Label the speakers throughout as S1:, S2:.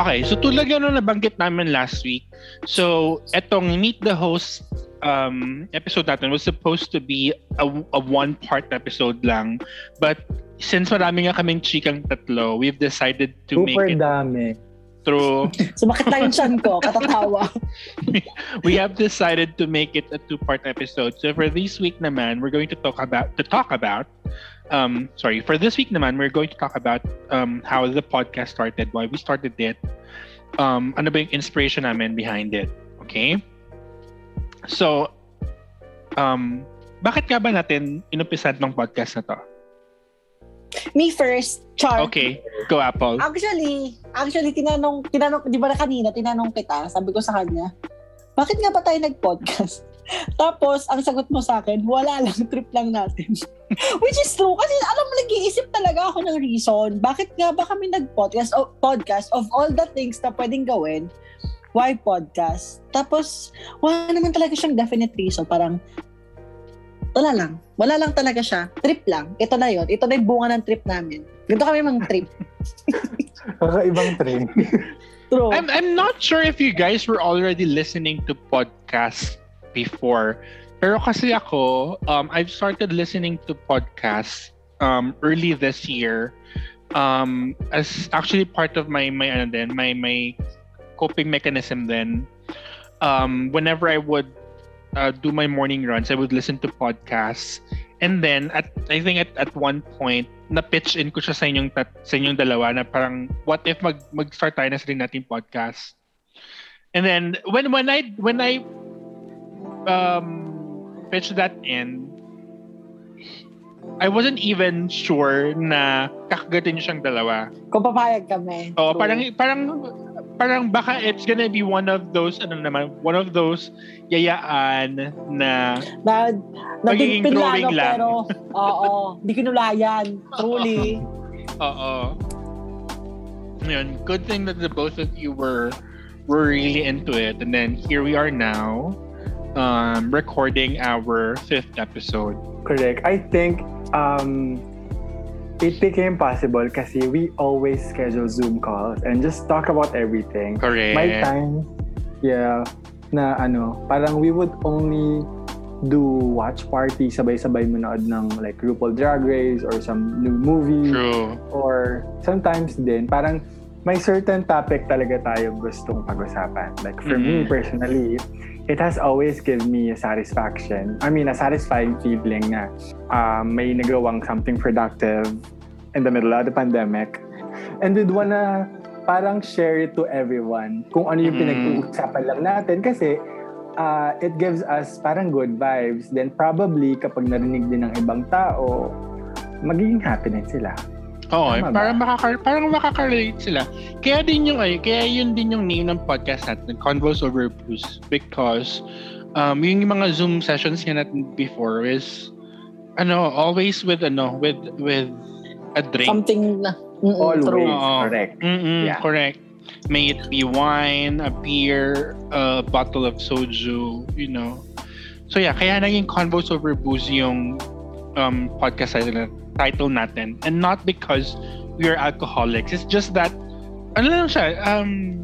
S1: Okay, so tulad yun na nabanggit namin last week. So, etong Meet the Host um, episode natin was supposed to be a, a one-part episode lang. But since marami nga kaming chikang tatlo, we've decided to
S2: Super
S1: make it
S2: dami.
S1: through.
S3: Sumakit lang yung chan ko, katatawa.
S1: we have decided to make it a two-part episode. So for this week naman, we're going to talk about to talk about um sorry, for this week naman, we're going to talk about um how the podcast started, why we started it. Um ano ba yung inspiration namin behind it. Okay? So um bakit nga ba natin inumpisan ng podcast na to?
S3: Me first, Char.
S1: Okay, go Apple.
S3: Actually, actually, tinanong, tinanong, di ba na kanina, tinanong kita, sabi ko sa kanya, bakit nga ba tayo nag-podcast? Tapos, ang sagot mo sa akin, wala lang, trip lang natin. Which is true, kasi alam mo, nag-iisip talaga ako ng reason. Bakit nga ba kami nag-podcast? O, podcast of all the things na pwedeng gawin, why podcast? Tapos, wala naman talaga siyang definite reason. Parang, wala lang. Wala lang talaga siya. Trip lang. Ito na yon Ito na yung bunga ng trip namin. Ganito kami mang trip.
S2: Kakaibang train.
S3: True.
S1: I'm I'm not sure if you guys were already listening to podcasts before. Pero kasi ako, um, I've started listening to podcasts um, early this year. Um, as actually part of my my ano din, my my coping mechanism then um, whenever I would uh, do my morning runs, I would listen to podcasts. And then at I think at, at one point na pitch in ko siya sa inyong tat, sa inyong dalawa na parang what if mag mag-start tayo na sarili nating podcast. And then when when I when I um pitched that in I wasn't even sure na kakagatin niyo siyang dalawa.
S3: Kung papayag kami.
S1: Oh,
S3: True.
S1: parang parang parang baka it's gonna be one of those ano naman, one of those yayaan na
S3: na,
S1: magiging
S3: naging pinlano
S1: drawing lang.
S3: pero oo, hindi kinulayan. Truly.
S1: Oo. Yun, good thing that the both of you were were really into it. And then here we are now um, recording our fifth episode.
S2: Correct. I think um, it became possible kasi we always schedule Zoom calls and just talk about everything.
S1: Correct.
S2: My time, yeah, na ano, parang we would only do watch party sabay-sabay manood ng like RuPaul Drag Race or some new movie
S1: True.
S2: or sometimes din parang may certain topic talaga tayo gustong pag-usapan. Like for
S1: Mhm.
S2: me personally, it has always given me a satisfaction. I mean, a satisfying feeling na um, may nagawang something productive in the middle of the pandemic. And we'd wanna parang share it to everyone kung ano yung
S1: Mhm.
S2: pinag-uusapan lang natin kasi uh, it gives us parang good vibes. Then probably kapag narinig din ng ibang tao, magiging happy din sila.
S1: Oo, eh,
S2: Tama ba?
S1: parang, makaka parang makaka-relate sila. Kaya din yung, ay, kaya yun din yung name ng podcast natin, Convos Over Blues, because um, yung mga Zoom sessions nga natin before is, ano, always with, ano, with, with a drink.
S3: Something na. Mm-mm,
S2: Always.
S3: True.
S1: Oo.
S2: Correct.
S1: Mm-mm,
S2: Yeah.
S1: Correct. May it be wine, a beer, a bottle of soju, you know. So yeah, kaya naging Convos Over Booze yung um, podcast title, title natin. And not because we are alcoholics. It's just that, ano lang siya, um,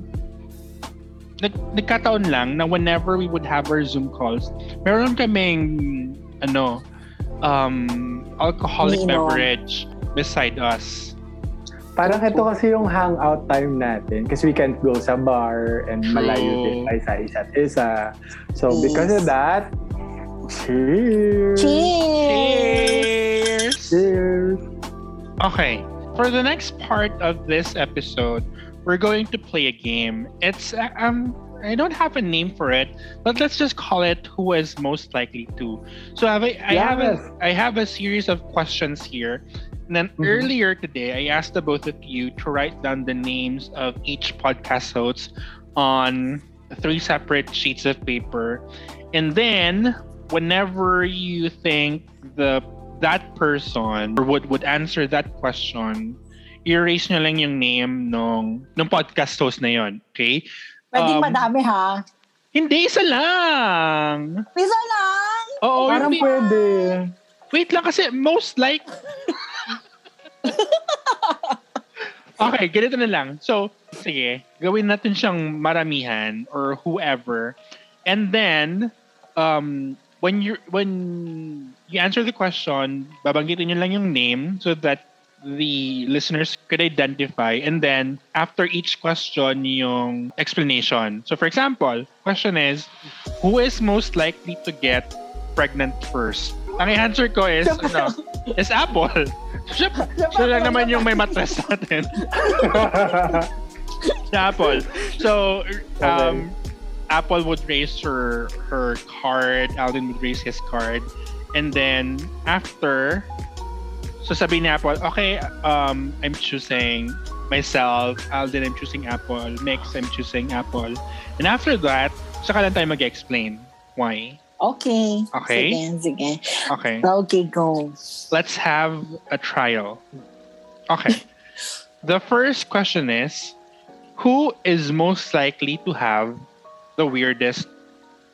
S1: nag, nagkataon lang na whenever we would have our Zoom calls, meron kaming, ano, um, alcoholic
S3: Umiinom.
S1: beverage beside us.
S2: Parang ito kasi yung hangout time natin kasi we can't go sa bar and
S1: True.
S2: malayo din tayo sa isa't isa. So
S3: Yes.
S2: because of that, cheers!
S3: Cheers!
S1: Cheers!
S2: Cheers!
S1: Okay. For the next part of this episode, we're going to play a game. It's uh, um I don't have a name for it, but let's just call it who is most likely to. So I have a, I have a,
S2: Yes.
S1: I have a series of questions here. And then
S2: Mhm.
S1: earlier today, I asked the both of you to write down the names of each podcast host on three separate sheets of paper. And then whenever you think the that person or would would answer that question, erase nyo lang yung name nung, nung podcast host na yon. Okay?
S3: Pwedeng
S1: Um,
S3: madami ha.
S1: Hindi, isa lang!
S3: Pisa lang!
S1: Oo, Oh,
S2: Parang
S1: hindi-
S2: pwede.
S1: Wait lang kasi most like... okay, ganito na lang. So, sige, gawin natin siyang maramihan or whoever. And then, um, when you when you answer the question, babanggitin niyo lang yung name so that the listeners could identify. And then, after each question, yung explanation. So, for example, question is, who is most likely to get pregnant first? Ang answer ko is,
S3: Siya pa-
S1: ano, is Apple. Siya, siya lang naman yung may matras natin. Si Apple. So, um, Apple would raise her her card, Alden would raise his card, and then after, so sabi ni Apple, okay, um, I'm choosing myself, Alden, I'm choosing Apple, Mix, I'm choosing Apple. And after that, saka lang tayo mag-explain why.
S3: Okay.
S1: Okay.
S3: Sige, sige.
S1: Okay.
S3: Okay, go.
S1: Let's have a trial. Okay. the first question is Who is most likely to have the weirdest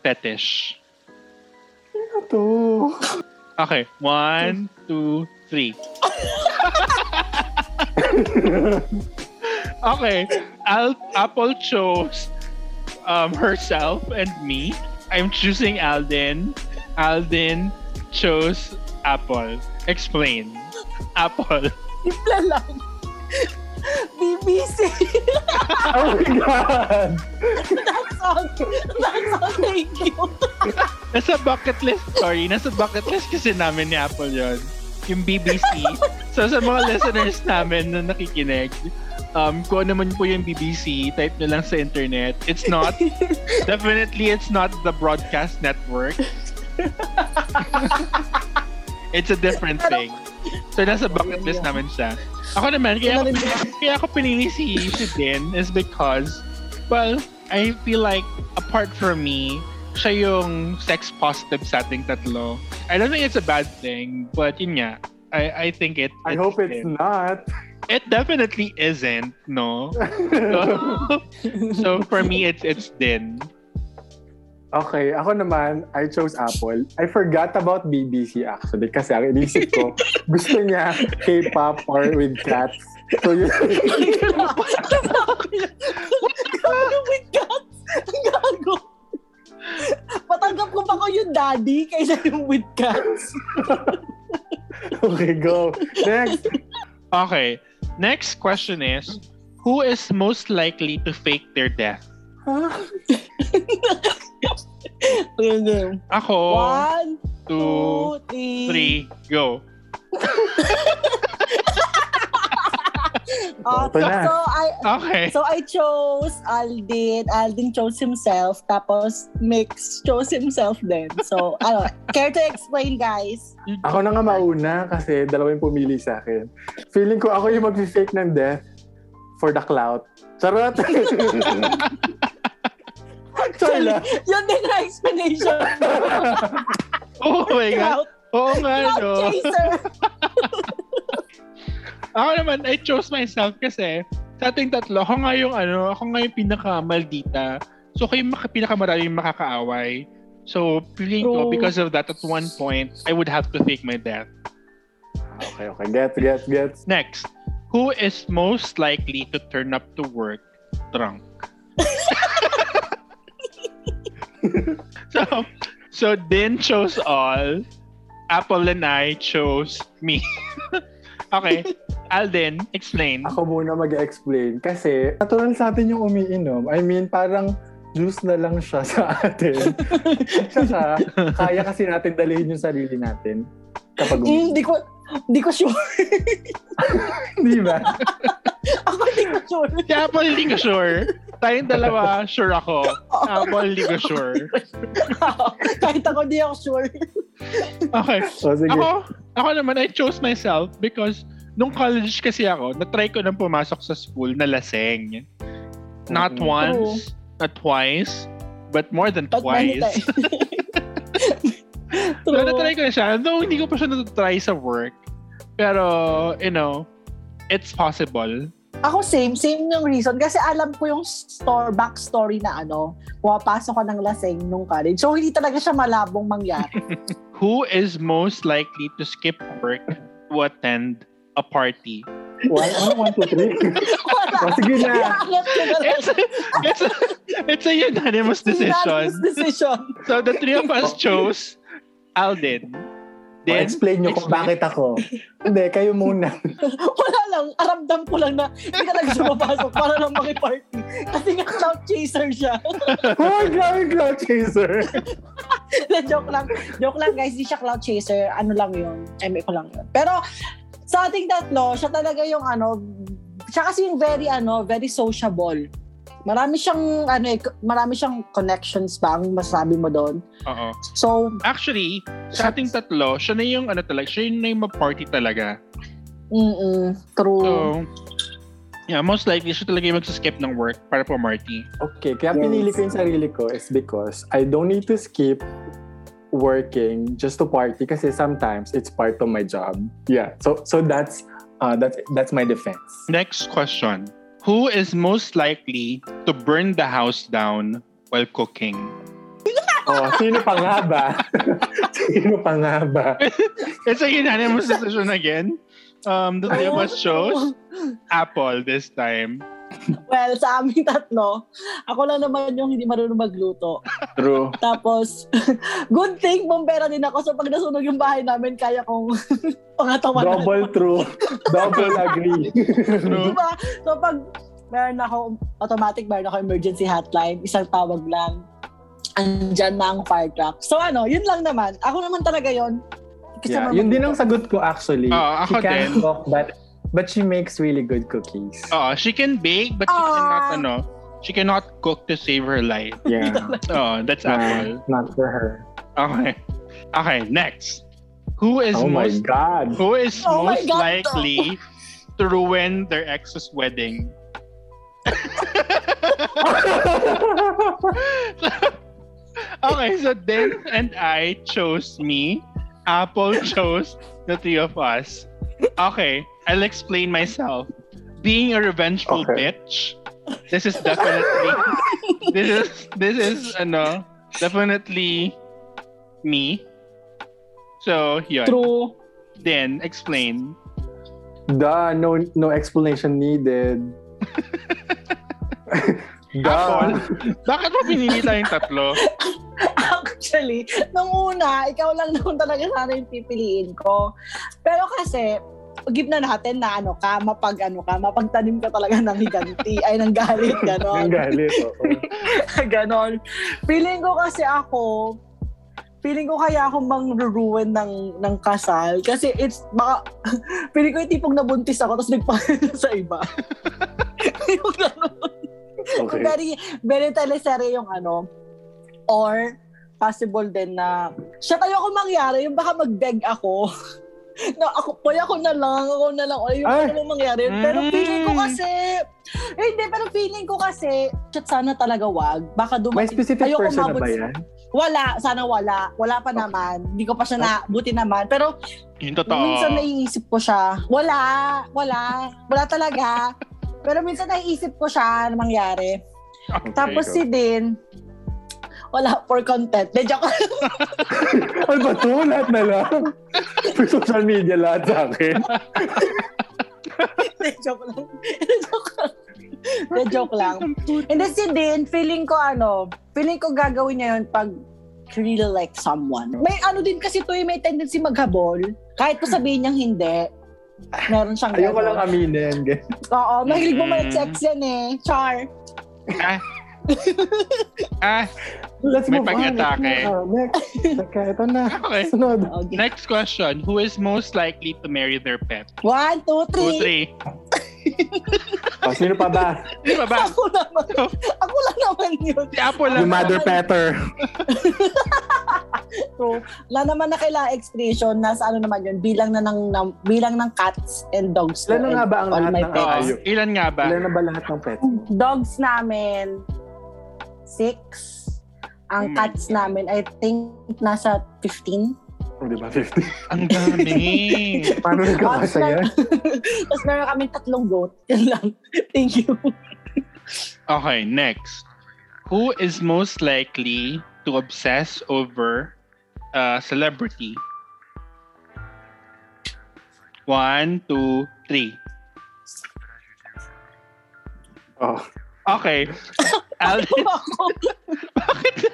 S1: fetish?
S2: to?
S1: Okay. One, two, three. Okay. Al- Apple chose um, herself and me. I'm choosing Alden. Alden chose Apple. Explain. Apple.
S3: Simple lang. BBC.
S2: oh my God!
S3: That's all. That's all. Thank you.
S1: Nasa bucket list, sorry, nasa bucket list kasi namin ni Apple yon yung BBC. so sa mga listeners namin na nakikinig, um, kung ano man po yung BBC, type na lang sa internet. It's not, definitely it's not the broadcast network. it's a different thing. So nasa bucket list namin siya. Ako naman, kaya ako, pinili- kaya ako pinili si, si Din is because, well, I feel like apart from me, siya yung sex positive sa ating tatlo. I don't think it's a bad thing, but yun nga, I, I think it
S2: I hope it's
S1: It,
S2: not.
S1: it definitely isn't, no? So, so for me, it's it's Din.
S2: Okay, ako naman, I chose Apple. I forgot about BBC actually kasi ang inisip ko, gusto niya K-pop or with cats. So yun,
S3: Ano with cats? Ang gago. Patanggap ko pa ko yung daddy kaysa yung with cats.
S2: okay, go. Next.
S1: Okay, next question is, who is most likely to fake their death?
S3: Huh? okay, game.
S1: Ako,
S3: One,
S1: two,
S3: two, three.
S1: three, go.
S2: Ito
S3: Okay,
S2: na.
S3: Ah, so I
S1: Okay.
S3: So I chose Aldin. Aldin chose himself. Tapos Mix chose himself then. So, ano, care to explain, guys?
S2: Ako na nga mauna kasi dalawa yung pumili sa akin. Feeling ko ako yung mag-fake ng death for the clout. Charot! Actually,
S3: Yun din na explanation.
S1: Oh my God.
S3: Crowd,
S1: Oo nga,
S3: crowd
S1: no?
S3: chaser.
S1: Ako naman, I chose myself kasi sa ating tatlo, ako nga yung ano, ako nga yung pinakamaldita. So, kayo yung maka- pinakamaraming makakaaway. So, feeling ko,
S3: True.
S1: because of that, at one point, I would have to fake my death.
S2: okay, okay. Get, get, get.
S1: Next, who is most likely to turn up to work drunk? so, so Din chose all. Apple and I chose me. okay, Alden, explain.
S2: Ako muna mag-explain kasi natural sa atin yung umiinom. I mean, parang juice na lang siya sa atin. At saka, kaya kasi natin dalhin yung sarili natin kapag
S3: Hmm,
S2: umiinom.
S3: Di ko, di ko sure.
S2: Di ba?
S3: Ako di ko sure.
S1: Si Apple, hindi ko sure. Tayong dalawa, sure ako.
S3: Oo.
S1: Apple, hindi ko sure.
S3: Kahit ako di ako sure.
S1: Okay.
S2: O sige.
S1: Ako, ako naman, I chose myself because nung college kasi ako, natry ko nang pumasok sa school na laseng. Not
S2: Mm-mm.
S1: once, not twice, but more than
S3: But many
S1: twice.
S3: times.
S1: So,
S3: True.
S1: natry ko na siya. Though, hindi ko pa siya natatry sa work. Pero, you know, it's possible.
S3: Ako same, same yung reason. Kasi alam ko yung store, backstory na ano, pumapasok ko ng laseng nung college. So, hindi talaga siya malabong mangyari.
S1: who is most likely to skip work to attend a party?
S2: Why? Ano? One, two, three?
S3: Wala.
S2: Oh, sige na.
S3: Inaangat ko na lang.
S1: It's a, it's a, it's a unanimous
S3: Unanimous
S1: decision.
S3: decision.
S1: So the three of us chose Alden. Then,
S2: explain nyo kung
S1: explain.
S2: bakit ako. Hindi, kayo muna.
S3: Wala lang. Aramdam ko lang na hindi talaga siya mapasok para lang makiparty. Kasi nga cloud chaser siya.
S2: Hoy, grabe cloud chaser.
S3: joke lang. Joke lang guys, di siya cloud chaser. Ano lang yun. MA ko lang yun. Pero sa ating tatlo, siya talaga yung ano, siya kasi yung very ano, very sociable. Marami siyang ano, eh, marami siyang connections ba ang masabi mo doon.
S1: Oo.
S3: So,
S1: Actually, sa ating tatlo, siya na yung ano talaga, siya yung na yung party talaga.
S3: mm true.
S1: So, yeah, most likely siya talaga yung magsaskip ng work para po Marty.
S2: Okay, kaya
S3: Yes.
S2: pinili ko yung sarili ko is because I don't need to skip working just to party kasi sometimes it's part of my job. Yeah. So so that's uh that's that's my defense.
S1: Next question. Who is most likely to burn the house down while cooking?
S2: Oh, sino pa nga ba? sino pa nga ba?
S1: It's a unanimous decision again. Um, the three of us chose Apple this time.
S3: Well, sa aming tatlo, ako lang naman yung hindi marunong magluto.
S2: True.
S3: Tapos, good thing, bombera din ako. So, pag nasunog yung bahay namin, kaya kong pangatawanan.
S2: Double true. Double agree.
S1: True.
S3: Diba? So, pag meron ako, automatic meron ako emergency hotline, isang tawag lang, andyan na ang fire truck. So, ano, yun lang naman. Ako naman talaga yun. Kasi
S2: yeah,
S3: marunong
S2: yun din ang
S3: magluto.
S2: sagot ko actually.
S1: Oo, Ah, ako
S2: she can't
S1: din.
S2: cook but but she makes really good cookies.
S1: Oh, she can bake, but she cannot,
S3: Ah.
S1: ano, she cannot cook to save her life.
S2: Yeah.
S1: Oh, that's
S2: Uh,
S3: Ah.
S1: Apple.
S2: not for her.
S1: Okay. Okay, next. Who is
S2: oh my
S1: most
S2: god.
S1: Who is
S3: Oh my
S1: most
S3: God,
S1: likely to ruin their ex's wedding? Oh. okay, so Dan and I chose me. Apple chose the three of us. Okay, I'll explain myself. Being a revengeful
S2: Okay.
S1: bitch, this is definitely this is this is ano definitely me. So yun.
S3: True.
S1: Then explain.
S2: Duh, no no explanation needed.
S1: Apple,
S2: Duh.
S1: bakit mo pinili tayong tatlo?
S3: Actually, nung una, ikaw lang naman talaga sana yung pipiliin ko. Pero kasi, give na natin na ano ka, mapag ano ka, mapagtanim ka talaga ng higanti, ay ng galit,
S2: Ang
S3: ganon.
S2: galit. oo.
S3: ganon. Feeling ko kasi ako, feeling ko kaya ako mangruruin ng, ng kasal. Kasi it's, baka, feeling ko yung tipong nabuntis ako, tapos nagpahal sa iba. yung ganon.
S2: Okay.
S3: Very, very teleserye yung ano. Or, possible din na, siya tayo ako mangyari, yung baka mag-beg ako. na ako, pwede ako na lang, ako na lang, o yung
S2: Ay!
S3: ano mo mangyari. Pero
S1: Mm.
S3: feeling ko kasi, eh, hindi, pero feeling ko kasi, shit, sana talaga wag. Baka
S2: May
S3: dumating.
S2: specific
S3: Ayoko
S2: person na
S3: umabot
S2: ba
S3: sa-
S2: yan?
S3: Wala, sana wala. Wala pa naman. Hindi ko pa siya na, buti naman. Pero
S1: Yung Ah. totoo.
S3: Minsan naiisip ko siya, wala, wala, wala talaga. Pero minsan naiisip ko siya na mangyari.
S1: Okay,
S3: Tapos
S1: go.
S3: si Din, wala, for content. De, joke lang.
S2: Ay ba to? Lahat na lang. May social media lahat sa akin.
S3: De, joke lang. De, joke lang. De, joke lang. And then si Din, feeling ko ano, feeling ko gagawin niya yun pag really like someone. May ano din kasi to eh, may tendency maghabol. Kahit pa sabihin niyang hindi, meron siyang
S2: Ayoko
S3: ganun.
S2: lang aminin.
S3: Oo, mahilig mo
S1: Mm.
S3: mag-sex yan eh. Char.
S1: Ah. ah,
S2: Let's
S1: May
S2: move on. Let's
S1: pag-atake.
S2: move on. Next. Okay, ito na.
S1: okay.
S2: Sunod.
S3: Okay.
S1: Next question. Who is most likely to marry their pet?
S3: One, two,
S1: Two,
S3: three.
S1: three.
S2: Oh, sino pa ba?
S1: Di ba ba?
S3: Ako naman. Ako lang naman yun.
S1: Si Apo lang.
S2: Yung mother petter.
S3: So, wala naman na kailangan explanation. Nasa ano naman yun, bilang na ng, ng- bilang ng cats and dogs. ko
S2: Ilan na
S3: and
S2: nga ba ang
S3: all
S2: lahat
S3: my
S2: ng
S1: Oo,
S3: pets.
S2: ayo?
S1: ano ilan nga ba?
S2: Ilan na ba lahat ng pets? mo?
S3: Dogs namin, six.
S1: Oh
S3: Ang
S1: my
S3: cats
S1: God.
S3: namin, I think, nasa 15.
S2: Oh, di ba? 50.
S1: Ang dami.
S2: Paano
S3: Tapos
S2: nagkakasaya?
S3: meron- Tapos meron kami tatlong goat. Yan lang. Thank you.
S1: Okay, next. Who is most likely to obsess over uh, celebrity. One, two, three.
S2: Oh.
S1: Okay. Alden,
S3: Ako.
S1: bakit?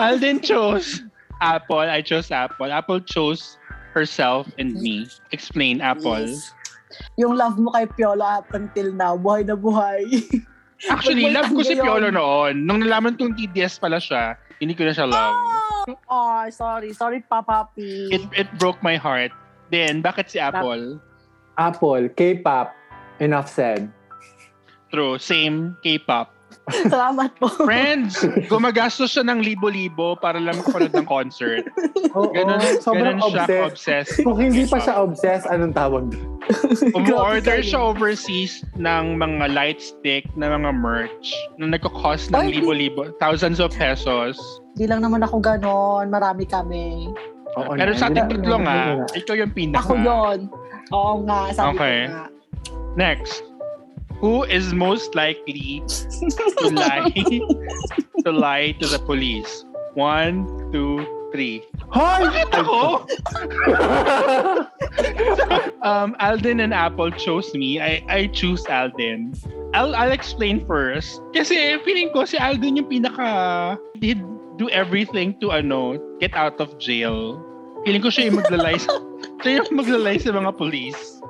S1: Alden chose Apple. I chose Apple. Apple chose herself and me. Explain, Apple.
S3: Yes. Yung love mo kay Piolo up until now, buhay na buhay.
S1: Actually,
S3: Wait, wait,
S1: love ko si
S3: ano yun?
S1: Piolo noon. Nung nalaman kong TDS pala siya, hindi ko na siya love.
S3: oh, sorry. Sorry, Papapi.
S1: It, it broke my heart. Then, bakit si Apple?
S2: Apple, K-pop, enough said.
S1: True. Same K-pop.
S3: Salamat po.
S1: Friends, gumagastos siya ng libo-libo para lang makapunod ng concert.
S2: Oo,
S1: Ganun,
S2: Oh, sobrang
S1: ganun siya
S2: obsessed.
S1: obsessed.
S2: Kung hindi pa siya obsessed, anong tawag doon?
S1: Umorder
S3: Grabe
S1: siya overseas ng mga light stick na mga merch na nagko-cost ng
S3: Ay,
S1: libo-libo, thousands of pesos.
S3: Di lang naman ako ganon. Marami kami.
S2: Oo,
S1: Pero
S2: na,
S1: sa
S2: hindi
S1: ating ah. tatlo
S2: na- hindi
S1: nga,
S2: na-
S1: ikaw yung pinaka.
S3: Ako yon. Oo nga. Sabi
S1: Okay.
S3: ko nga.
S1: Next. Who is most likely to lie to lie to the police? One, two, three.
S2: Hoy!
S1: Bakit ako? um, Alden and Apple chose me. I I choose Alden. I'll I'll explain first. Kasi feeling ko si Alden yung pinaka did do everything to ano, get out of jail. Feeling ko siya yung maglalay sa, siya yung maglalay sa mga police.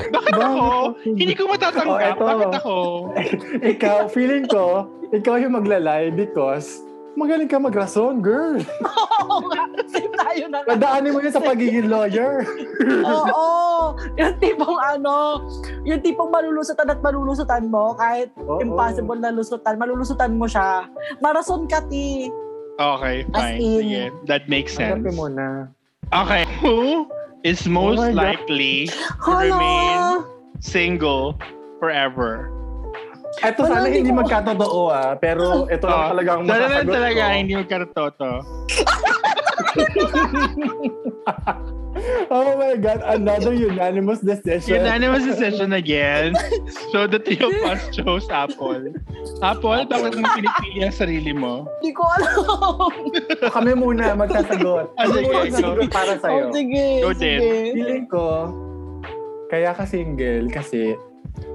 S1: Bakit ako? Hindi ko matatanggap.
S2: Oh, eto.
S1: Bakit ako?
S2: ikaw, feeling ko, ikaw yung maglalay because magaling ka magrason, girl.
S3: Oo nga. Same tayo na nga.
S2: Nadaanin mo yun sa pagiging lawyer.
S3: Oo. Yung tipong ano, yung tipong malulusutan at malulusutan mo, kahit
S2: Oo.
S3: impossible na lusutan, malulusutan mo siya. Marason ka, ti.
S1: Okay, fine.
S3: in-
S1: Sige, that makes sense.
S2: Hanapin mo na.
S1: Okay, who is most
S2: Oh my God.
S1: likely to remain
S3: Hala.
S1: single forever.
S2: Ito
S3: Wala,
S2: sana hindi
S3: hindi ko-
S2: magkatotoo ah, pero ito lang
S1: Oh,
S2: talaga ang
S1: Dala lang
S2: masasagot
S1: talaga,
S2: ko.
S1: hindi magkaratoto.
S2: Oh my God, another unanimous decision.
S1: Unanimous decision ano again. So the three of us chose Apple. Apple, bakit mo pinipili ang sarili mo?
S3: Hindi ko alam.
S2: Kami muna magsasagot.
S1: Ah,
S2: Kami
S1: sige,
S2: muna
S1: ikaw.
S2: magsasagot para sa'yo.
S3: Oh, sige.
S1: Go, Del.
S3: sige.
S2: Feeling ko, kaya ka single kasi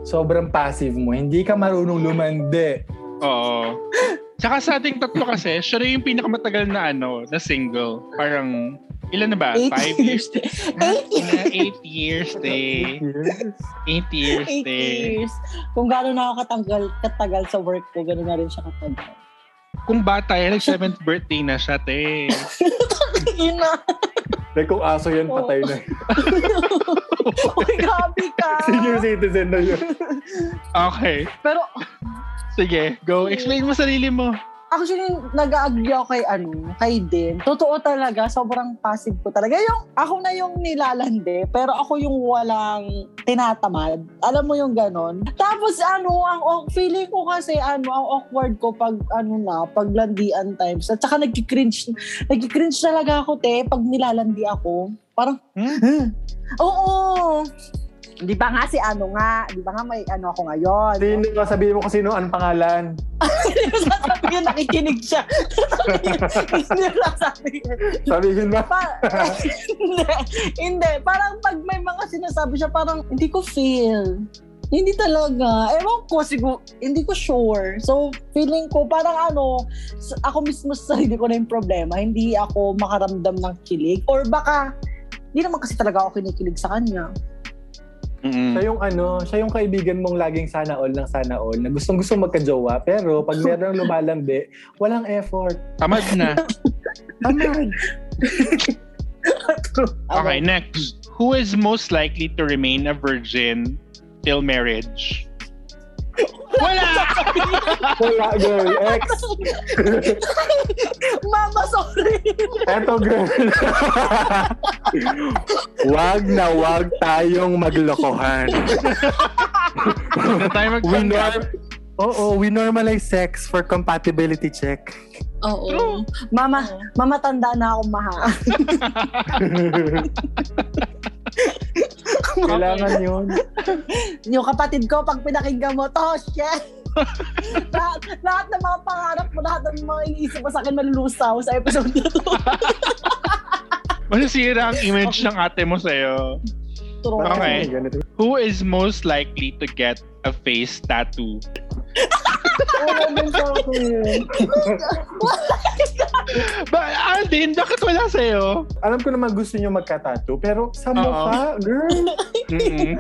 S2: sobrang passive mo. Hindi ka marunong lumande.
S1: Oo. Tsaka sa ating tatlo kasi, siya rin yung pinakamatagal na ano, na single. Parang, ilan na ba?
S3: Eight
S1: Five years?
S3: years. Eight years.
S1: Ah, Eight years, day. Eight years,
S3: Eight
S1: day.
S3: years. Kung gano'n na ako katanggal, katagal sa work ko, gano'n na rin siya katagal.
S1: Kung bata yan, nag-seventh birthday na siya, te.
S3: Yun na.
S2: Like kung aso yan,
S3: Oo.
S2: patay na.
S3: Uy, grabe ka.
S2: Senior citizen na yun.
S1: Okay.
S3: Pero
S1: Sige, go. Explain mo sarili mo.
S3: actually, nag-agree ako kay ano, kay Din. Totoo talaga, sobrang passive ko talaga. Yung, ako na yung nilalande, pero ako yung walang tinatamad. Alam mo yung ganon. Tapos ano, ang awk- feeling ko kasi ano, ang awkward ko pag ano na, pag landian times. At saka nagki-cringe, nagki-cringe talaga ako te, pag nilalandi ako. Parang,
S1: Hmm?
S3: oo. Di ba nga si ano nga, di ba nga may ano ako ngayon.
S2: Sino nga sabihin mo kung sino ang pangalan?
S3: Sabi niya, nakikinig siya. Hindi lang sabi niya.
S2: Sabihin mo.
S3: Pa- hindi, hindi. Parang pag may mga sinasabi siya, parang hindi ko feel. Hindi talaga. Ewan ko, siguro, hindi ko sure. So, feeling ko, parang ano, s- ako mismo sa sarili ko na yung problema. Hindi ako makaramdam ng kilig. Or baka, hindi naman kasi talaga ako kinikilig sa kanya.
S1: Mm-mm.
S2: Siya yung ano, siya yung kaibigan mong laging sana all ng sana all na gustong gusto magka-jowa pero pag merong lumalandi, walang effort.
S1: Tamad na.
S2: Tamad.
S1: Okay, next. Who is most likely to remain a virgin till marriage? Wala!
S2: Wala, girl. Ex.
S3: Mama, sorry.
S2: Eto, girl. wag na wag tayong maglokohan.
S1: Huwag na tayo
S2: We
S1: magpanggap.
S2: nor- Oo, we normalize sex for compatibility check.
S1: True.
S3: Oo. Mama, mama tanda na ako maha.
S2: Kailangan yun.
S3: yung kapatid ko, pag pinakinggan mo, to, shit! lahat, lahat ng mga pangarap mo, lahat ng mga iniisip mo sa akin malulusaw sa episode na to.
S1: Masisira ang image ng ate mo sa'yo.
S3: True.
S2: Bakit
S1: Okay.
S2: may ganito?
S1: Who is most likely to get a face tattoo?
S2: Wala din sa akin.
S1: Ba, Aldin, bakit wala sa'yo?
S2: Alam ko naman gusto niyo magka-tattoo, pero sa
S1: Oo.
S2: mukha, girl.
S1: Mm-mm.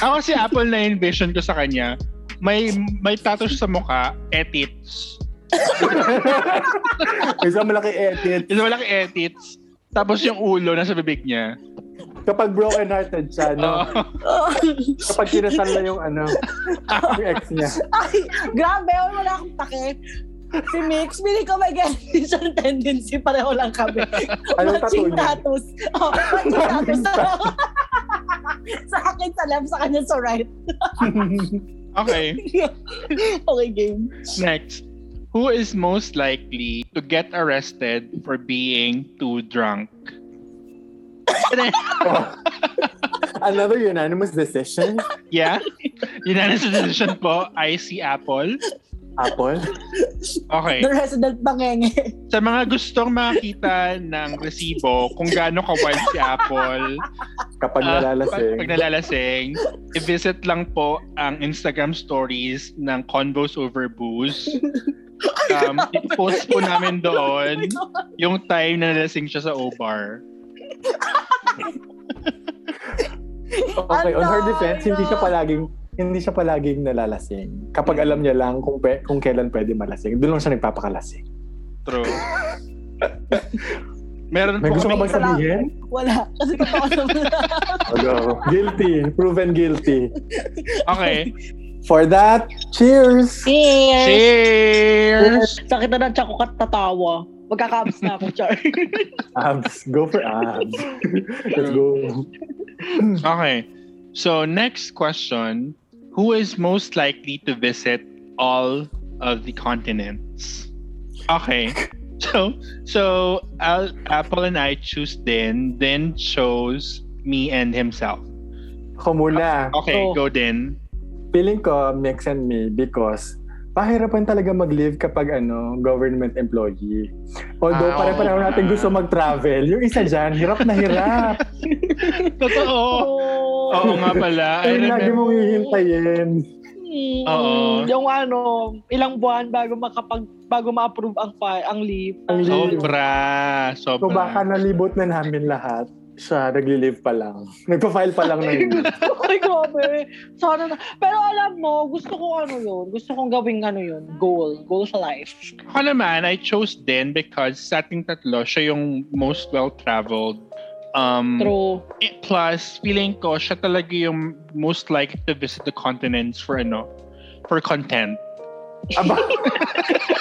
S1: Ako si Apple na envision ko sa kanya. May may tattoo siya sa mukha, etits.
S2: Isang malaki edit.
S1: Yung malaki etits. Tapos yung ulo nasa bibig niya.
S2: Kapag broken-hearted siya, no?
S1: Oo.
S3: Oh.
S2: Kapag kinasal na yung ano, yung ex niya.
S3: Ay, grabe, oh, wala akong pake. Si Mix, pili ko may ganyan tendency, pareho lang kami.
S2: Anong tattoo
S3: matching
S2: niya?
S3: tattoos. Oh, matching
S2: Maraming
S3: tattoos. sa akin sa left, sa kanya sa right.
S1: Okay,
S3: okay, game.
S1: next. Who is most likely to get arrested for being too drunk?
S2: Oh. Another unanimous decision.
S1: Yeah? Yun na sa decision po. I see Apple.
S2: Apple.
S1: Okay.
S3: The resident bangenge.
S1: Sa mga gustong makakita ng resibo kung gaano kawild si Apple
S2: Kapag
S1: Ah,
S2: nalalasing.
S1: Pag, pag nalalasing, i-visit lang po ang Instagram stories ng Convos Over Booze. Um, i-post po namin doon yung time na nalasing siya sa O-Bar.
S2: Okay, on her
S3: Ang
S2: defense, hindi siya
S3: daya.
S2: palaging hindi siya palaging nalalasing. Kapag alam niya lang kung pe, kung kailan pwede malasing, doon lang siya nagpapakalasing.
S1: True. Meron
S2: May
S1: po
S2: gusto ka
S1: kami,
S2: bang sabihin?
S3: Wala. Kasi totoo naman.
S2: Hello. Guilty. Proven guilty.
S1: okay.
S2: For that, cheers!
S3: Cheers!
S1: Cheers!
S3: Sakit na ng tsako kat tatawa. Magkakabs na ako, Char.
S2: Abs. Go for abs. Let's go.
S1: Okay. So next question, who is most likely to visit all of the continents? Okay. So so Al- Apple and I choose Din, Din chose me and himself.
S2: Ako muna.
S1: Okay,
S3: Oh.
S1: go Din.
S2: Feeling ko, mix and me because pahirapan talaga mag-live kapag ano, government employee. Although,
S1: Ah,
S2: pare-pareho
S1: oo.
S2: natin gusto mag-travel. Yung isa dyan, hirap na hirap.
S1: Totoo.
S3: Oh.
S1: Oo nga pala. I
S2: Yung lagi
S1: remember.
S2: mong hihintayin.
S1: Oo.
S4: Yung ano, ilang buwan bago makapag bago ma-approve ang file, ang leave.
S2: Ang live.
S1: Sobra.
S2: So, baka
S1: Sobra.
S2: nalibot na namin lahat. Siya, nagli-live pa lang. Nagpa-file pa lang na yun.
S4: Ay, grabe. Sana na. Pero alam mo, gusto ko ano yun. Gusto kong gawing ano yun. Goal. Goal sa life.
S1: Ako naman, I chose Din because sa ating tatlo, siya yung most well-traveled. Um,
S4: True.
S1: Eh, plus feeling ko siya talaga yung most likely to visit the continents for ano for content
S2: Aba,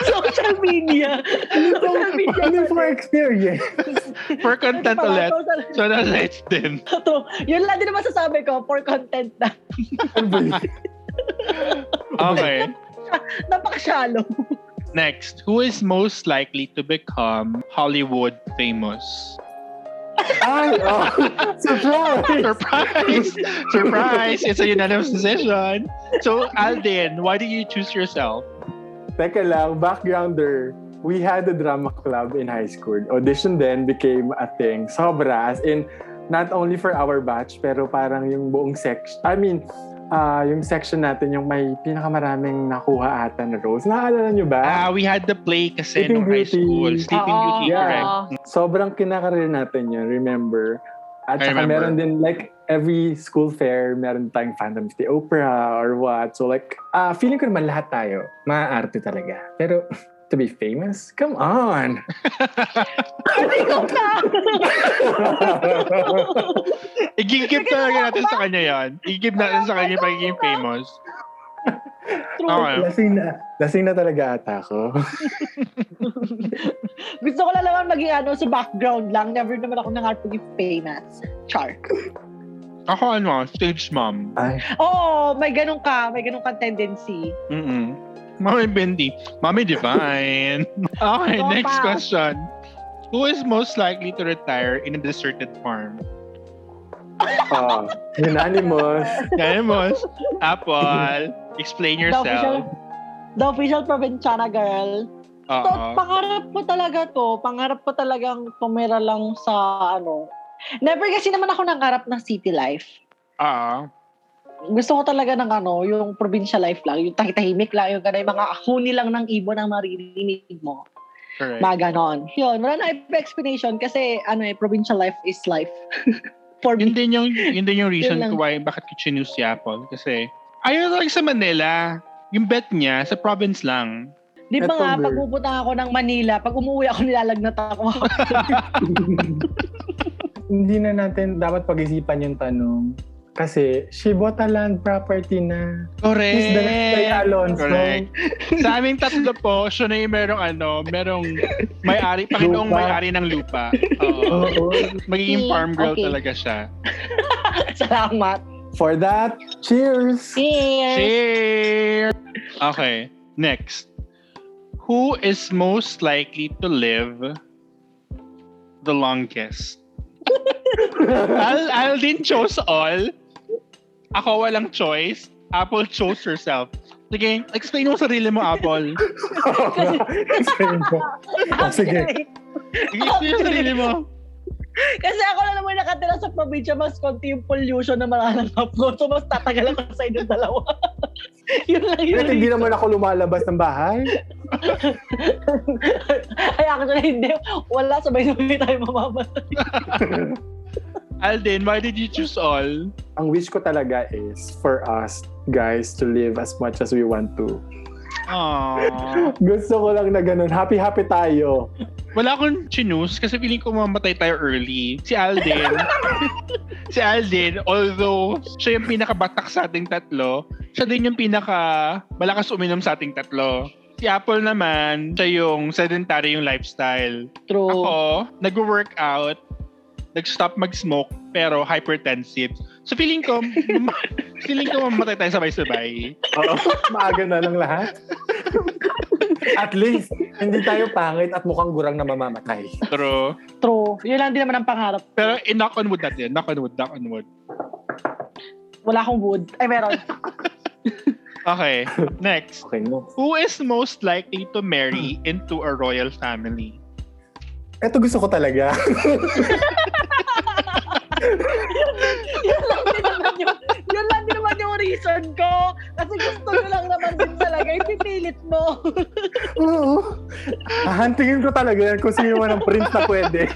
S4: Social media. Social media.
S2: ano for experience?
S1: for content ulit so that's it din
S4: True. Yun lang din naman sasabi ko for content na.
S2: Ano ba yun?
S1: okay
S4: Napaka-shallow.
S1: next who is most likely to become Hollywood famous
S2: Ay, oh. Surprise!
S1: surprise surprise it's a unanimous decision so Alden why did you choose yourself
S2: Teka lang, backgrounder. We had a drama club in high school. Audition then became a thing. Sobra. As in, not only for our batch, pero parang yung buong section. I mean, ah, yung section natin, yung may pinakamaraming nakuha ata na roles. Nakaalala nyo
S1: ah
S2: ba?
S1: we had the play kasi
S2: Sleeping
S1: nung high
S2: Beauty.
S1: school Sleeping
S4: Oo,
S1: Beauty
S2: yeah.
S1: correct
S2: sobrang kinakaril natin yun, remember? At
S1: I
S2: saka
S1: remember.
S2: meron din, like, every school fair, meron tayong Phantom of the Opera or what. So, like, ah feeling ko naman lahat tayo, maaarte talaga. Pero, to be famous? Come on!
S1: i-give talaga natin sa kanya yan i-give natin sa kanya yung pagiging famous
S4: True.
S1: okay
S2: lasing na, lasing na talaga ata ako.
S4: Gusto ko lang naman maging ano sa background lang. Never naman ako nangarap maging famous. Char.
S1: Ako ano, stage mom.
S2: Ay,
S4: Oo, may ganun ka. May ganun ka tendency.
S1: Mm-mm. Mami Bendy. Mami Divine. okay,
S4: Go pa.
S1: next question. Who is most likely to retire in a deserted farm?
S2: oh, unanimous.
S1: Ganemos, Apple, explain
S4: The official,
S1: yourself.
S4: the official Provinciana girl,
S3: To,
S1: Oo.
S3: pangarap ko talaga to. Pangarap ko talagang tumira lang sa ano. Never kasi naman ako nangarap ng city life.
S1: Oo.
S3: Gusto ko talaga ng ano, yung provincial life lang, yung tahitahimik lang, yung ganun, yung mga huni lang ng ibon ang maririnig mo.
S1: Correct.
S3: Mga ganon. Yun, wala na iba explanation kasi ano eh, provincial life is life. For
S1: yun
S3: me.
S1: din yung yun din yung reason
S3: Yun lang.
S1: kung why bakit ko chinuse si Apple kasi ayaw lang sa Manila yung bet niya sa province lang
S3: Di ba
S2: Eto,
S3: nga,
S2: girl.
S3: pag pupunta ako ng Manila, pag umuwi ako, nilalagnat ako.
S2: Hindi na natin dapat pag-isipan yung tanong. Kasi, she bought a land property na.
S1: correct
S2: He's the next Clay Alonso.
S1: correct sa aming tatlo po siya na yung merong ano merong may-ari Panginoong
S2: Lupa.
S1: may-ari ng lupa oo
S2: Oo.
S1: magiging
S3: Okay,
S1: farm girl
S3: okay.
S1: talaga siya
S3: Salamat.
S2: For that, cheers!
S3: Cheers!
S1: Cheers! Okay, next. Who is most likely to live the longest? Al, Aldin chose all. Ako walang choice. Apple chose herself. Sige, explain mo sarili mo, Apple.
S2: Explain ko. Oh, sige.
S1: Explain mo sarili mo.
S3: Kasi ako na naman nakatira sa probinsya, mas konti yung pollution na mararanggap ko. So, mas tatagal ako sa inyong dalawa. yun lang yun.
S2: Kahit hindi naman ako lumalabas ng bahay.
S3: Ay, actually, hindi. Wala, sabay-sabay tayo mamamatay.
S1: Aldin, why did you choose all?
S2: Ang wish ko talaga is for us guys to live as much as we want to.
S1: Aww.
S2: Gusto ko lang na ganun. Happy-happy tayo.
S1: Wala akong chinus kasi feeling ko mamatay tayo early. Si Alden, si Alden, although siya yung pinakabatak sa ating tatlo, siya din yung pinaka malakas uminom sa ating tatlo. Si Apple naman, siya yung sedentary yung lifestyle.
S3: True.
S1: Ako, nag-workout, nag-stop mag-smoke, pero hypertensive. So feeling ko, mam- feeling ko mamatay tayo sabay-sabay.
S2: Oo. Maaga na lang lahat. at least, hindi tayo pangit at mukhang gurang na mamamatay.
S1: Pero,
S3: True. Yun lang din naman ang pangarap.
S1: pero in knock on wood natin, knock on wood, knock on wood.
S3: Wala akong wood. Ay, meron.
S1: Okay, next.
S2: Okay, no.
S1: Who is most likely to marry into a royal family?
S2: Ito gusto ko talaga.
S3: yun lang din naman yung, yun lang din naman yung reason ko. Kasi gusto ko lang naman din talaga. Ipipilit mo.
S2: Oo. Hahantingin ko talaga yan kung sino man ang prince na pwede.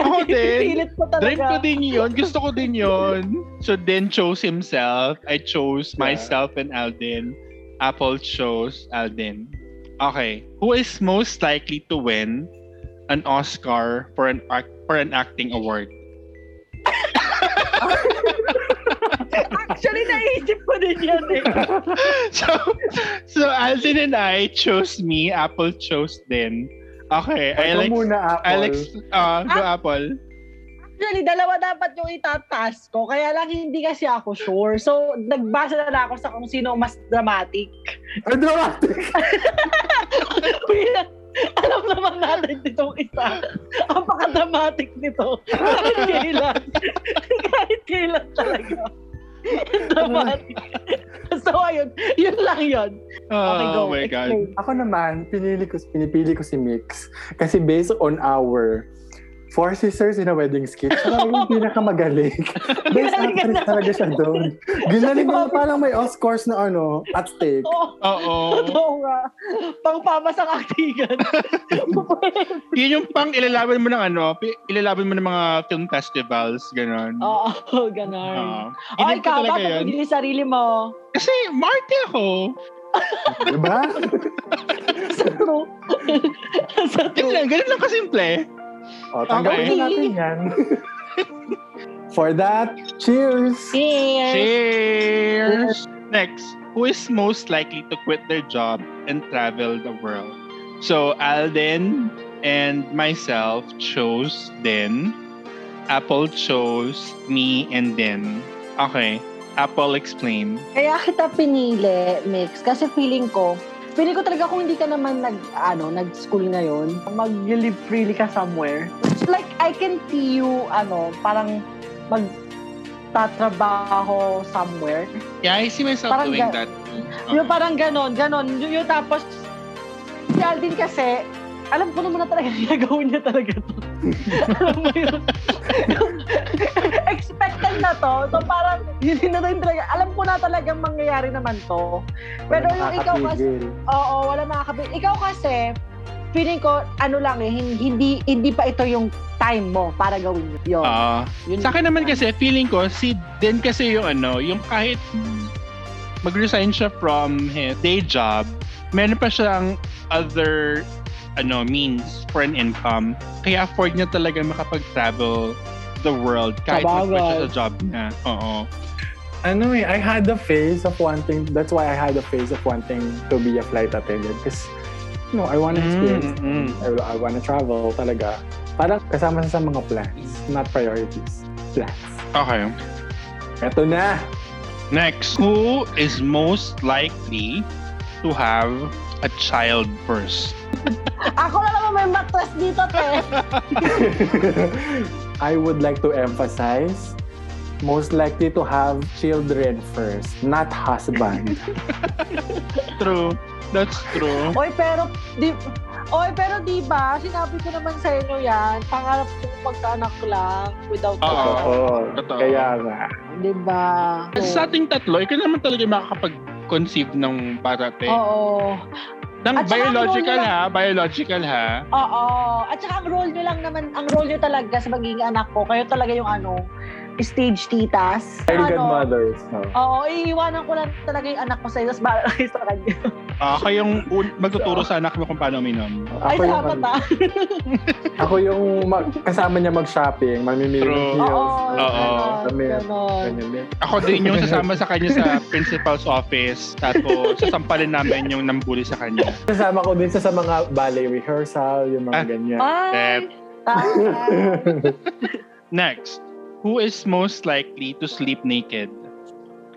S1: Ako din.
S3: Ipipilit mo talaga.
S1: Dream ko din yun. Gusto ko din yun. So, then chose himself. I chose
S2: Yeah.
S1: myself and Alden. Apple chose Alden. Okay. Who is most likely to win an Oscar for an act for an acting award?
S3: Actually, naisip ko din yan eh.
S1: so, so Alden and I chose me. Apple chose then. Okay.
S2: Ikaw
S1: Alex.
S2: muna, Apple.
S1: Alex. Uh, go Apple.
S3: Actually, dalawa dapat yung itatask ko. Kaya lang hindi kasi ako sure. So, nagbasa na lang ako sa kung sino ang mas dramatic.
S2: Ay, dramatic.
S3: Bilang- Alam naman natin nitong isa. Ang pakadramatic nito. Kahit kailan. Kahit kailan talaga. dramatic. So, ayun. Yun lang yun. Okay,
S1: Oh,
S3: go.
S1: my God.
S3: Explain.
S2: Ako naman, pinili ko, pinipili ko si Mix. Kasi based on our Four Sisters in a Wedding skit, siya talaga yung pinakamagaling. Best
S3: Ginalingan
S2: actress
S3: na-
S2: talaga siya doon. Ginaling
S3: Sabi
S2: na
S3: ko-
S2: parang may Oscars na ano, at stake.
S3: Oo.
S1: Oo.
S3: Oh, Totoo nga. Pangpamasang aktigan.
S1: Yun yung pang ilalaban mo ng ano, pi- ilalaban mo ng mga film festivals, gano'n.
S3: Oo,
S1: Oo.
S3: ganun. Oh,
S1: Ilan ko
S3: ikaw,
S1: talaga
S3: bakit
S1: yun.
S3: pinili sarili mo?
S1: Kasi Marty ako.
S2: Diba?
S3: Sa true. Sa
S1: Yun
S3: true.
S1: lang, ganun lang kasimple.
S2: O,
S1: Okay.
S2: tanggapin na natin yan. For that, cheers!
S3: Cheers!
S1: Cheers! Next, who is most likely to quit their job and travel the world? So, Alden and myself chose then. Apple chose me and then. Okay, Apple explain.
S3: Kaya kita pinili, Mix, kasi feeling ko, feeling ko talaga kung hindi ka naman nag, ano, nag-school ngayon, mag-live freely ka somewhere. Like, I can see you, ano, parang mag tatrabaho somewhere.
S1: Yeah, I see myself
S3: Parang
S1: doing
S3: ga-
S1: that. Okay.
S3: Yung parang ganon, ganon. Yung, yung tapos, si Aldin kasi, alam ko naman na talaga gagawin niya talaga to. alam mo yun? Expected na to. So parang, yun na rin talaga. Alam ko na talagang mangyayari naman to. Pero
S2: Walang
S3: yung ikaw kasi,
S2: makakapigil.
S3: oo, wala makakapit. Ikaw kasi, feeling ko, ano lang eh, hin- hindi, hindi pa ito yung time mo para gawin yun.
S1: Ah,
S3: Yun
S1: sa akin naman
S3: lang.
S1: kasi, feeling ko, si Den kasi yung ano, yung kahit mag-resign siya from his day job, meron pa siyang other ano, means for an income. Kaya afford niya talaga makapag-travel the world kahit
S5: Sabagay.
S1: mag-quit siya sa job niya. Oo.
S2: ano eh, I had the phase of wanting, that's why I had the phase of wanting to be a flight attendant because, you know, I want to
S1: Mm,
S2: experience,
S1: mm.
S2: I, I want to travel talaga. Parang kasama sa mga plans, not priorities, plans.
S1: Okay.
S2: Eto na!
S1: Next, who is most likely to have a child first?
S3: Ako na naman may matras dito, te.
S2: I would like to emphasize, most likely to have children first, not husband.
S1: True. That's true.
S3: Oy, pero di Oy, pero di ba, sinabi ko naman sa inyo 'yan, pangarap ko pagkaanak ko lang without
S1: Oo.
S2: Oo.
S1: Totoo.
S2: Kaya nga.
S3: Di ba?
S1: Sa ating tatlo, ikaw naman talaga yung makakapag-conceive ng bata, te.
S3: Oo.
S1: Ng
S3: At saka
S1: biological
S3: ang role
S1: ha, biological ha.
S3: Oo. At saka ang role nyo lang naman, ang role nyo talaga sa magiging anak ko, kayo talaga yung ano, stage titas.
S2: Very good
S3: Ano,
S2: mothers. No?
S3: Oo, iiwanan ko lang talaga yung anak ko sa iyo, tapos bahala kayo sa kanya.
S1: Ah, kayong un- magtuturo sa anak mo kung paano uminom.
S3: Ay,
S2: Ako yung- ano,
S3: salamat ah.
S2: Ako yung mag- kasama niya mag-shopping, mamimili ng
S1: True.
S3: Oo,
S2: heels.
S1: Oo.
S2: ano, Kami.
S3: ganon.
S2: Ganyan din.
S1: Ako din yung sasama sa kanya sa principal's office. Tapos sasampalin namin yung nambuli sa kanya.
S2: Kasama ko din siya sa mga ballet rehearsal, yung
S1: Ah.
S2: mga ganyan.
S3: Ay,
S1: Step.
S2: Ano
S3: tama.
S1: Next, who is most likely to sleep naked?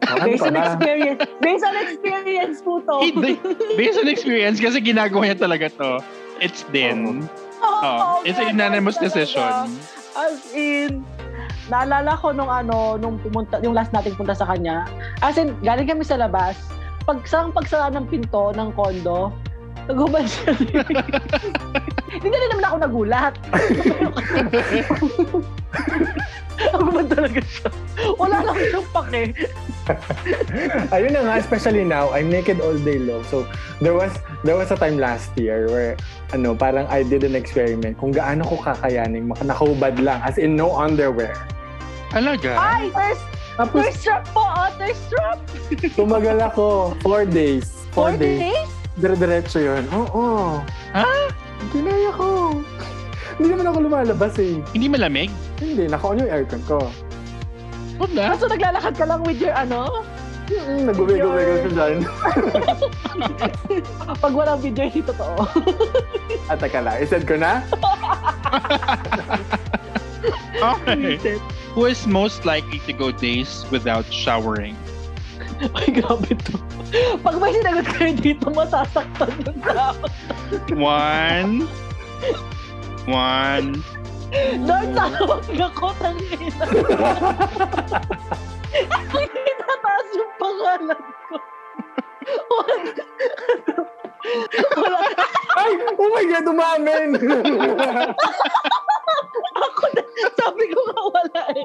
S2: Ano
S3: Based
S2: pa
S3: on
S2: na?
S3: experience. Based on experience po to.
S1: Hindi. Based on experience, kasi ginagawa niya talaga to. It's din.
S3: Oo,
S1: Oh, it's an
S3: ganun
S1: unanimous
S3: talaga.
S1: decision.
S3: As in, naalala ko nung ano, nung pumunta, yung last nating punta sa kanya. As in, galing kami sa labas, pag sa pagsara ng pinto ng kondo, nagubad siya. Hindi na rin naman ako nagulat. Nagubad talaga siya. Wala lang siyang pake.
S2: Ayun na nga, especially now, I'm naked all day long. So, there was there was a time last year where, ano, parang I did an experiment kung gaano ko kakayanin, mak- nakahubad lang, as in no underwear.
S1: Talaga?
S3: Ay, thirst,
S2: Tapos,
S3: thirst trap po, oh, thirst trap.
S2: tumagal ako, four days. Four,
S3: Four
S2: days.
S3: days?
S2: Dire-diretso yun. Oo.
S1: Ha?
S2: Kinaya ko. Hindi naman ako lumalabas eh.
S1: Hindi malamig?
S2: Hindi, naka-on yung aircon ko.
S1: Wala.
S3: Kaso naglalakad ka lang with your ano?
S2: Mm, Nag-wiggle-wiggle siya dyan.
S3: Pag walang video, hindi totoo.
S2: At Ah, teka lang, isend ko na?
S1: Okay. Who is most likely to go days without showering?
S3: Ay, grabe to. Pag may sinagot kayo dito, masasaktan yung tao.
S1: One. One.
S3: Lord, sana wag ako, tangina. Ay, Itataas yung pangalan ko. Wag. Wala
S2: Ay! Oh my God, umamin!
S3: ako na. Sabi ko nga wala eh.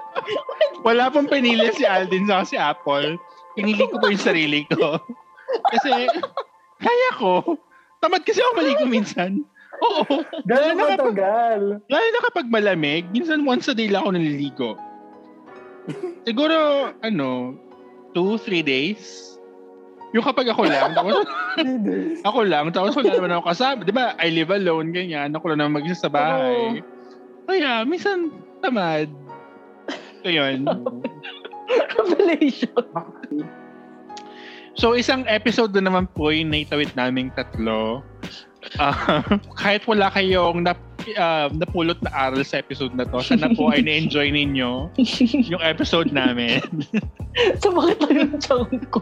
S1: Wala pong pinili si Alden sa si Apple. Pinili ko po yung sarili ko. Kasi, kaya ko. Tamad kasi ako maligo minsan. Oo.
S2: Gano'n
S1: Lalo na kapag-
S2: katagal?
S1: Lalo na kapag malamig, minsan once a day lang ako naliligo. Siguro, ano, two, three days. Yung kapag ako lang, tapos ako lang, tapos wala naman ako kasama. Di ba, I live alone, ganyan. Ako lang naman mag-isa sa bahay. Kaya, minsan, tamad. So, yun.
S3: Revelation.
S1: So, isang episode na naman po yung naitawid naming tatlo. Ah, kahit wala kayong nap, ah, napulot na aral sa episode na to, sana po ay na-enjoy ninyo yung episode namin.
S3: Sumakit lang yung tiyang ko.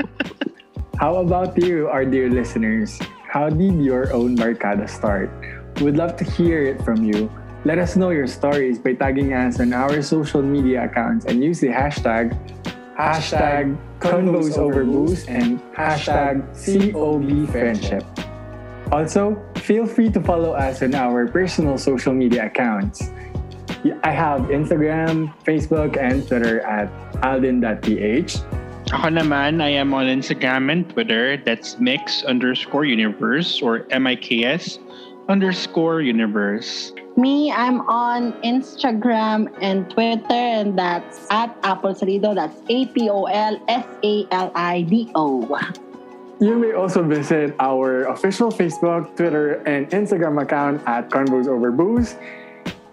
S2: How about you, our dear listeners? How did your own barkada start? We'd love to hear it from you. Let us know your stories by tagging us on our social media accounts and use the hashtag hashtag convos over booze and hashtag COB friendship. Also,
S6: feel free to follow us on our personal social media accounts. I have Instagram, Facebook, and Twitter at alden.ph.
S1: Ako naman, I am on Instagram and Twitter. That's mix underscore universe or M-I-K-S underscore universe.
S7: Me, I'm on Instagram and Twitter, and that's at Apple Salido. That's A P O L S A L I D O.
S6: You may also visit our official Facebook, Twitter, and Instagram account at Convos Over Booze.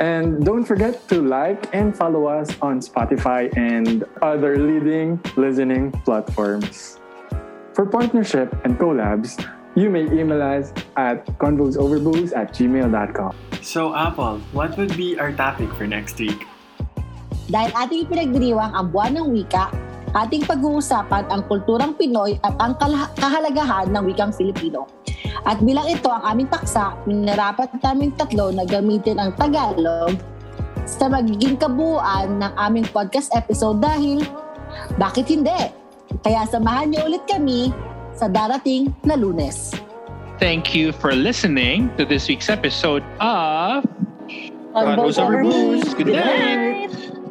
S6: And don't forget to like and follow us on Spotify and other leading listening platforms. For partnership and collabs, you may email us at convosoverbooze at gmail.com.
S2: So, Apple, what would be our topic for next week?
S7: Dahil ating pinagdiriwang ang buwan ng wika, ating pag-uusapan ang kulturang Pinoy at ang kalah- kahalagahan ng wikang Filipino. At bilang ito ang aming paksa, minarapat namin tatlo na gamitin ang Tagalog sa magiging kabuuan ng aming podcast episode dahil bakit hindi? Kaya samahan niyo ulit kami sa darating na lunes.
S1: Thank you for listening to this week's episode of
S7: On
S1: Convos
S7: Both
S1: Over
S7: Over Booze.
S1: Booze. Ano, Good night!
S3: Night!